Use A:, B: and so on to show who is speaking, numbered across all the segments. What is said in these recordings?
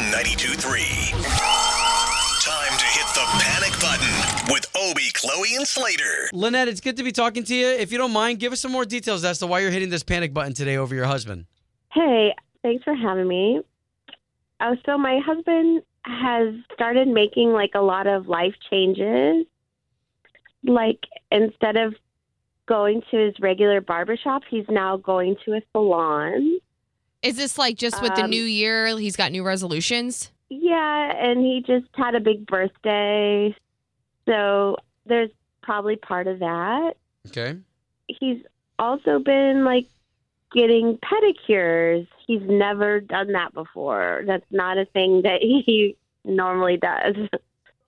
A: K92.3. Time to hit the panic button with Obie, Chloe, and Slater.
B: Lynette, it's good to be talking to you. If you don't mind, give us some more details as to why you're hitting this panic button today over your husband.
C: Hey, thanks for having me. Oh, so my husband has started making like a lot of life changes. Like instead of going to his regular barbershop, he's now going to a salon.
D: Is this like just with the
C: Um,
D: new year? He's got new resolutions.
C: Yeah, and he just had a big birthday. So there's probably part of that.
B: Okay.
C: He's also been like getting pedicures. He's never done that before. That's not a thing that he normally does.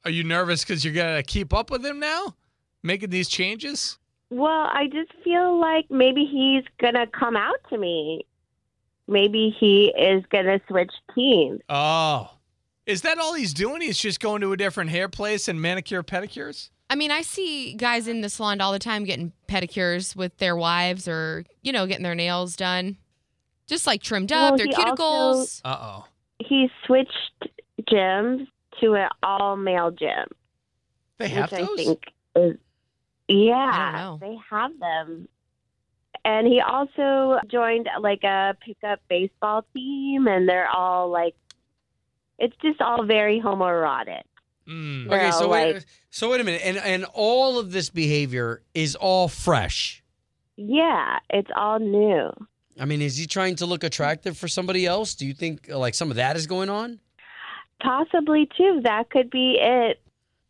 E: Are you nervous because you're gonna keep up with him now, making these changes?
C: Well, I just feel like maybe he's going to come out to me. Maybe he is going to switch teams.
E: Oh, is that all he's doing? He's just going to a different hair place and manicure pedicures.
D: I mean, I see guys in the salon all the time getting pedicures with their wives or, you know, getting their nails done. Just like trimmed up,
C: Well,
D: their
C: he
D: cuticles.
C: also-
E: Uh oh.
C: He switched gyms to an all male gym.
E: They have
C: which
E: those.
C: I think is yeah,
D: know.
C: they have them. And he also joined like a pickup baseball team, and they're all like, it's just all very homoerotic.
E: Mm.
C: They're
B: Okay,
C: all
B: so
C: like-
B: wait, so wait a minute, and and all of this behavior is all fresh.
C: Yeah, it's all new.
B: I mean, is he trying to look attractive for somebody else? Do you think uh, like some of that is going on?
C: Possibly too. That could be it,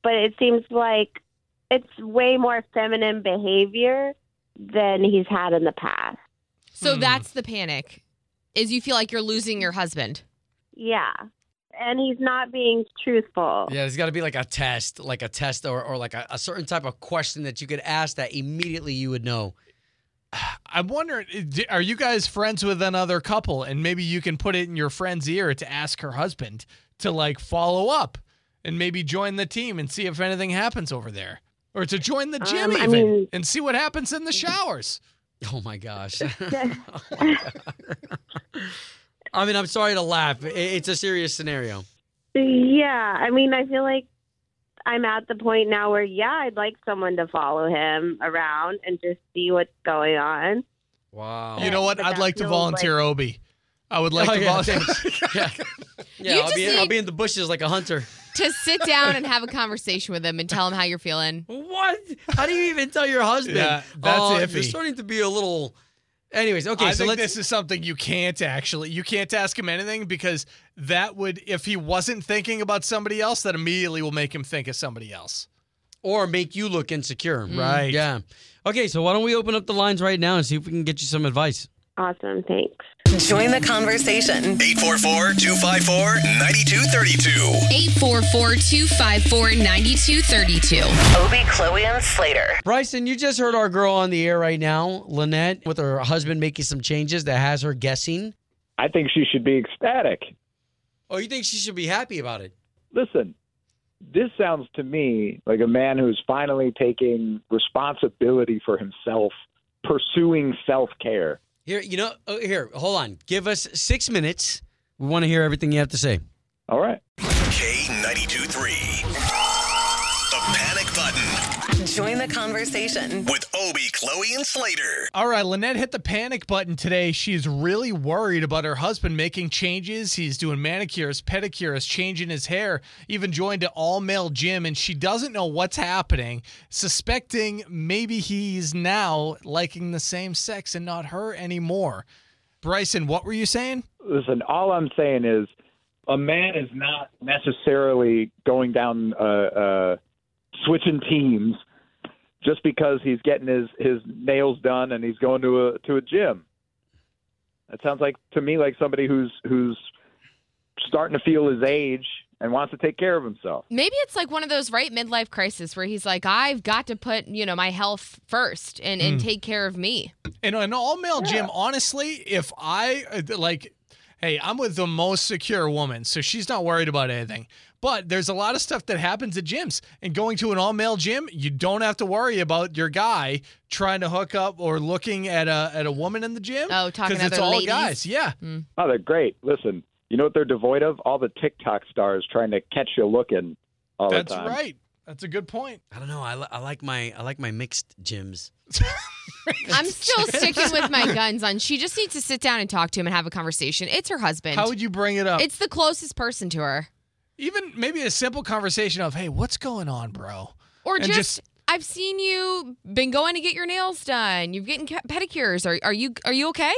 C: but it seems like it's way more feminine behavior than he's had in the past.
D: So
E: Hmm.
D: that's the panic. Is you feel like you're losing your husband.
C: Yeah, and he's not being truthful.
B: Yeah, there's got to be like a test, like a test, or or like a, a certain type of question that you could ask that immediately you would know.
E: I'm wondering, i- d- are you guys friends with another couple, and maybe you can put it in your friend's ear to ask her husband to like follow up and maybe join the team and see if anything happens over there, or to join the gym
C: Um, I
E: even
C: mean-
E: and see what happens in the showers.
B: Oh my gosh. Oh my God. I mean, I'm sorry to laugh. I- It's a serious scenario.
C: Yeah, I mean, I feel like I'm at the point now where yeah, I'd like someone to follow him around and just see what's going on.
B: Wow.
E: You know what?
C: But
E: I'd
C: that
E: like to
C: feels
E: volunteer, Obi. I would like
B: Oh,
E: to
B: yeah,
E: volunteer.
B: yeah, yeah
D: You
B: I'll,
D: just
B: be, I'll
D: need-
B: be in the bushes like a hunter.
D: To sit down and have a conversation with him and tell him how you're feeling.
B: What? How do you even tell your husband?
E: Yeah, that's
B: Oh, You're
E: iffy.
B: starting to be a little. Anyways, okay,
E: I
B: so
E: think
B: let's.
E: this is something you can't actually. You can't ask him anything because that would, if he wasn't thinking about somebody else, that immediately will make him think of somebody else.
B: or make you look insecure.
E: Right.
B: Yeah. Okay, so why don't we open up the lines right now and see if we can get you some advice?
C: Awesome, thanks.
F: Join the conversation.
A: 844 254 9232.
D: 844 254 9232.
F: Obie, Chloe, and Slater.
B: Bryson, you just heard our girl on the air right now, Lynette, with her husband making some changes that has her guessing.
G: I think she should be ecstatic.
B: Oh, you think she should be happy about it?
G: Listen, this sounds to me like a man who's finally taking responsibility for himself, pursuing self care.
B: Here, you know, oh, here, hold on. Give us six minutes. We want to hear everything you have to say.
G: All right.
A: K92.3. The panic button
F: Join the conversation.
A: with Obie, Chloe, and Slater.
E: All right, Lynette hit the panic button today. She's really worried about her husband making changes. He's doing manicures, pedicures, changing his hair, even joined an all male gym, and she doesn't know what's happening, suspecting maybe he's now liking the same sex and not her anymore. Bryson, what were you saying?
G: Listen, all I'm saying is a man is not necessarily going down, uh, uh, switching teams just because he's getting his, his nails done and he's going to a, to a gym. That sounds like to me like somebody who's who's starting to feel his age and wants to take care of himself.
D: Maybe it's like one of those right midlife crisis where he's like, I've got to put, you know, my health first and, and take care of me.
E: In an all male gym, honestly, if I uh, like, hey, I'm with the most secure woman, so she's not worried about anything. But there's a lot of stuff that happens at gyms, and going to an all male gym, you don't have to worry about your guy trying to hook up or looking at a at a woman in the gym.
D: Oh, talking to
E: because it's
D: other
E: all
D: ladies? Mm.
E: guys. Yeah,
G: Oh, they're great. Listen, You know what they're devoid of? All the TikTok stars trying to catch you looking all
E: That's
G: the time.
E: right. That's a good point.
B: I don't know. I, li- I like my I like my mixed gyms.
D: I'm still sticking with my guns on. She just needs to sit down and talk to him and have a conversation. It's her husband.
E: How would you bring it up?
D: it's the closest person to her.
E: Even maybe a simple conversation of, "Hey, what's going on, bro?"
D: Or
E: And
D: just,
E: just-
D: I've seen you been going to get your nails done. You've getting ca- pedicures. Are are you are you okay?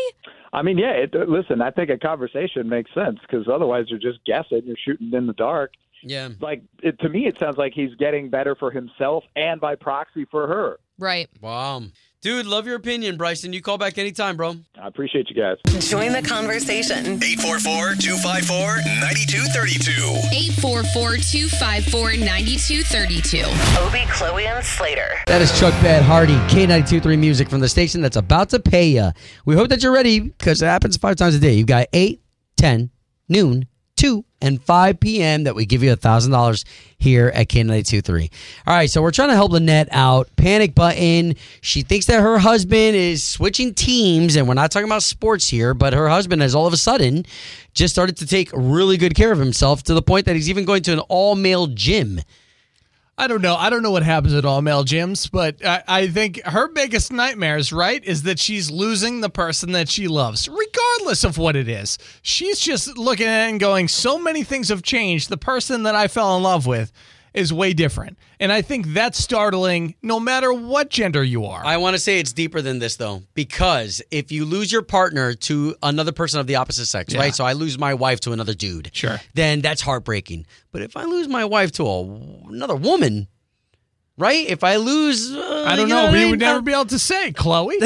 G: I mean, yeah. It, listen, I think a conversation makes sense because otherwise you're just guessing. You're shooting in the dark.
B: Yeah.
G: Like it, to me, it sounds like he's getting better for himself and by proxy for her.
D: Right.
B: Wow. Dude, love your opinion, Bryson. You call back anytime, bro.
G: I appreciate you guys.
F: Join the conversation.
A: 844 254 9232.
H: 844 254 9232.
F: Obie, Chloe, and Slater.
B: That is Chuck Bad Hardy, K923 music from the station that's about to pay ya. We hope that you're ready because it happens five times a day. You've got 8, 10, noon, 2, and 5 p.m. that we give you $1,000 here at K923. All right, so we're trying to help Lynette out. Panic button. She thinks that her husband is switching teams, and we're not talking about sports here, but her husband has all of a sudden just started to take really good care of himself to the point that he's even going to an all male gym.
E: I don't know. I don't know what happens at all male gyms, but I, I think her biggest nightmares, right, is that she's losing the person that she loves, regardless of what it is. She's just looking at it and going, so many things have changed. The person that I fell in love with is way different. And I think that's startling no matter what gender you are.
B: I want to say it's deeper than this though, because if you lose your partner to another person of the opposite sex,
E: Yeah.
B: right? So I lose my wife to another dude.
E: Sure.
B: Then that's heartbreaking. But if I lose my wife to a, another woman, right? If I lose, uh,
E: I don't
B: you
E: know.
B: what
E: We
B: mean?
E: would
B: I-
E: never be able to say, Chloe.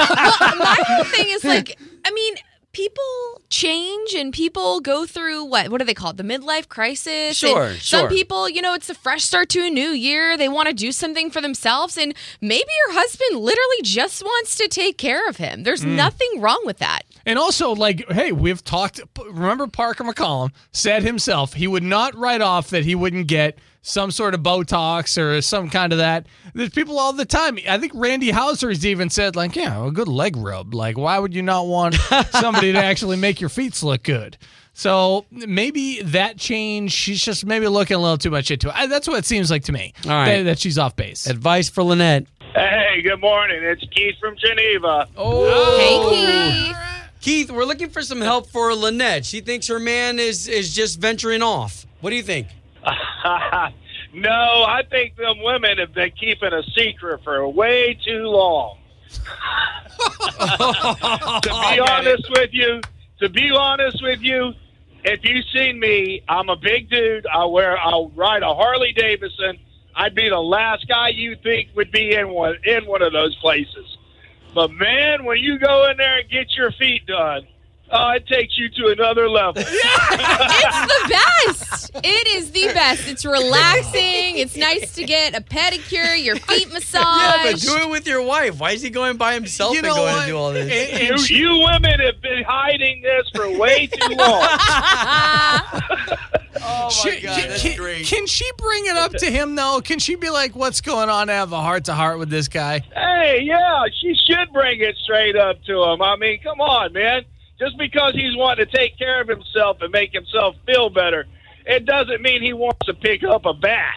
D: My whole thing is like, I mean, people change and people go through what what do they call it? The midlife crisis. And
B: Sure, sure.
D: Some people, you know, it's a fresh start to a new year. They want to do something for themselves, and maybe your husband literally just wants to take care of him. There's
B: Mm.
D: nothing wrong with that.
E: And also, like, hey, we've talked. Remember, Parker McCollum said himself he would not write off that he wouldn't get some sort of Botox or some kind of that. There's people all the time. I think Randy Hauser's even said, like, yeah, a good leg rub. Like, why would you not want somebody to actually make your feet look good? So maybe that change, she's just maybe looking a little too much into it. I, that's what it seems like to me.
B: All right.
E: That, that she's off base.
B: Advice for Lynette.
I: Hey, good morning. It's Keith from Geneva.
B: Oh,
D: Hey, Keith.
B: Keith, we're looking for some help for Lynette. She thinks her man is is just venturing off. What do you think?
I: no, I think them women have been keeping a secret for way too long. to be honest with you, to be honest with you, if you seen me, I'm a big dude. I wear, I ride a Harley Davidson. I'd be the last guy you think would be in one in one of those places. But man, when you go in there and get your feet done, uh, it takes you to another level.
D: It's the best. It is the best. It's relaxing. It's nice to get a pedicure, your feet massaged.
B: Yeah, but do it with your wife. Why is he going by himself and going to do all this?
E: And- and
I: You,
E: she-
I: you women have been hiding this for way too long.
D: Ah.
B: oh
E: She- can, can- can she bring it up to him though? Can she be like, "What's going on?" I have a heart to heart with this guy.
I: hey, yeah, she should bring it straight up to him. I mean, come on, man. Just because he's wanting to take care of himself and make himself feel better, it doesn't mean he wants to pick up a bat.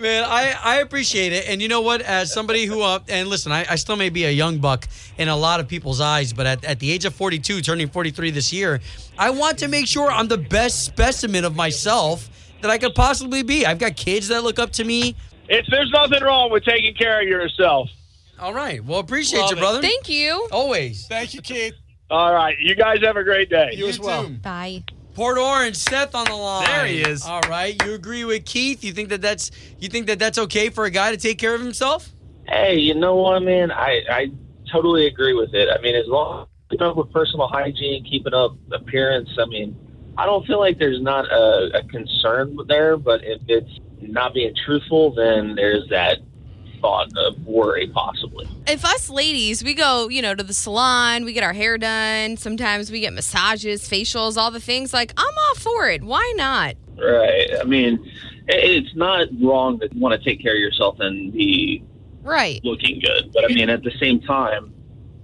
B: Man, I, I appreciate it. And you know what? As somebody who, uh, and listen, I, I still may be a young buck in a lot of people's eyes, but at, at the age of 42, turning 43 this year, I want to make sure I'm the best specimen of myself that I could possibly be. I've got kids that look up to me.
I: It's there's nothing wrong with taking care of yourself.
B: All right. Well, appreciate
E: Love
B: you,
E: it.
B: brother.
D: Thank you.
B: Always.
E: Thank you, Keith.
I: All right, you guys have a great day.
E: as well.
D: Bye.
B: Port Orange, Seth on the line.
E: There he is.
B: All right. You agree with Keith? You think that that's you think that that's okay for a guy to take care of himself?
J: Hey, you know what, man? I I totally agree with it. I mean, as long as keeping up with personal hygiene, keeping up appearance, I mean, I don't feel like there's not a, a concern there. But if it's not being truthful, then there's that thought of worry, possibly.
D: If us ladies, we go, you know, to the salon, we get our hair done. Sometimes we get massages, facials, all the things. Like, I'm all for it. Why not?
J: Right. I mean, it, it's not wrong to want to take care of yourself and be
D: Right.
J: looking good. But I mean, at the same time,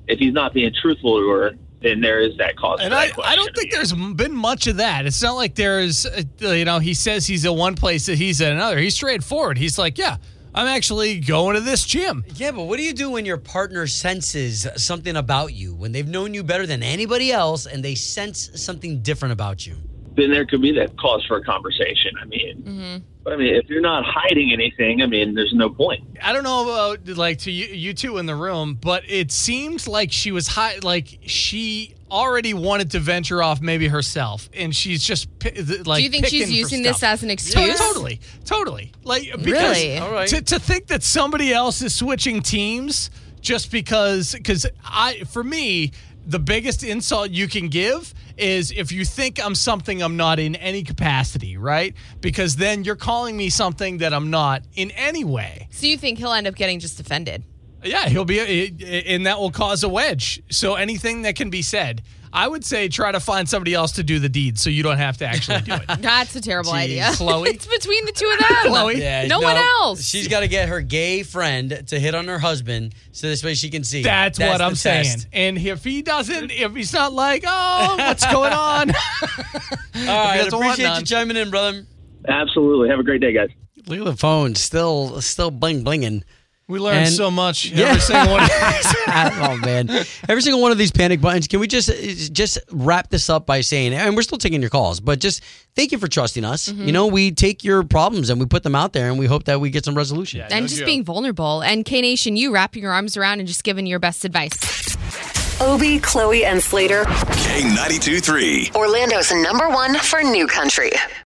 J: if he's not being truthful to her, then there is that cause.
E: And
J: for
E: I,
J: that
E: I
J: question.
E: don't think there's m- been much of that. It's not like there's, uh, you know, he says he's at one place that he's at another. He's straightforward. He's like, yeah, I'm actually going to this gym.
B: Yeah, but what do you do when your partner senses something about you when they've known you better than anybody else and they sense something different about you?
J: then there could be that cause for a conversation. I mean, but I mean, if you're not hiding anything, I mean, there's no point.
E: I don't know about like to you, you two in the room, but it seemed like she was high, like she already wanted to venture off maybe herself, and she's just pi- th- like.
D: Do you think she's
E: picking for
D: using this
E: stuff.
D: as an
E: To-
D: excuse?
E: Totally, totally. Like because
D: Really?
K: All right.
E: to, to think that somebody else is switching teams just because because I for me the biggest insult you can give is if you think I'm something I'm not in any capacity, right? Because then you're calling me something that I'm not in any way.
D: So you think he'll end up getting just offended?
E: Yeah, he'll be, and that will cause a wedge. So anything that can be said, I would say try to find somebody else to do the deed, so you don't have to actually do it.
D: That's a terrible
B: Jeez.
D: idea.
E: Chloe?
D: it's between the two of them.
E: Chloe?
B: Yeah,
D: no, one else.
B: She's got to get her gay friend to hit on her husband so this way she can see.
E: That's, what
B: the
E: I'm
B: test.
E: saying. And if he doesn't, if he's not like, oh, what's going on?
B: All right,
E: That's a
B: appreciate
E: one-none.
B: you chiming in, brother.
J: Absolutely. Have a great day, guys.
B: Look at the phone, still, still bling blinging.
E: We learned
B: And-
E: so much
B: Yeah.
E: every single one.
B: oh man, every single one of these panic buttons. Can we just just wrap this up by saying, and we're still taking your calls, but just thank you for trusting us. You know, we take your problems and we put them out there, and we hope that we get some resolution.
E: Yeah.
D: and
E: No
D: just
E: joke.
D: being vulnerable. And K Nation, you wrapping your arms around and just giving your best advice.
F: Obie, Chloe, and Slater,
A: K92 3.
F: Orlando's number one for new country.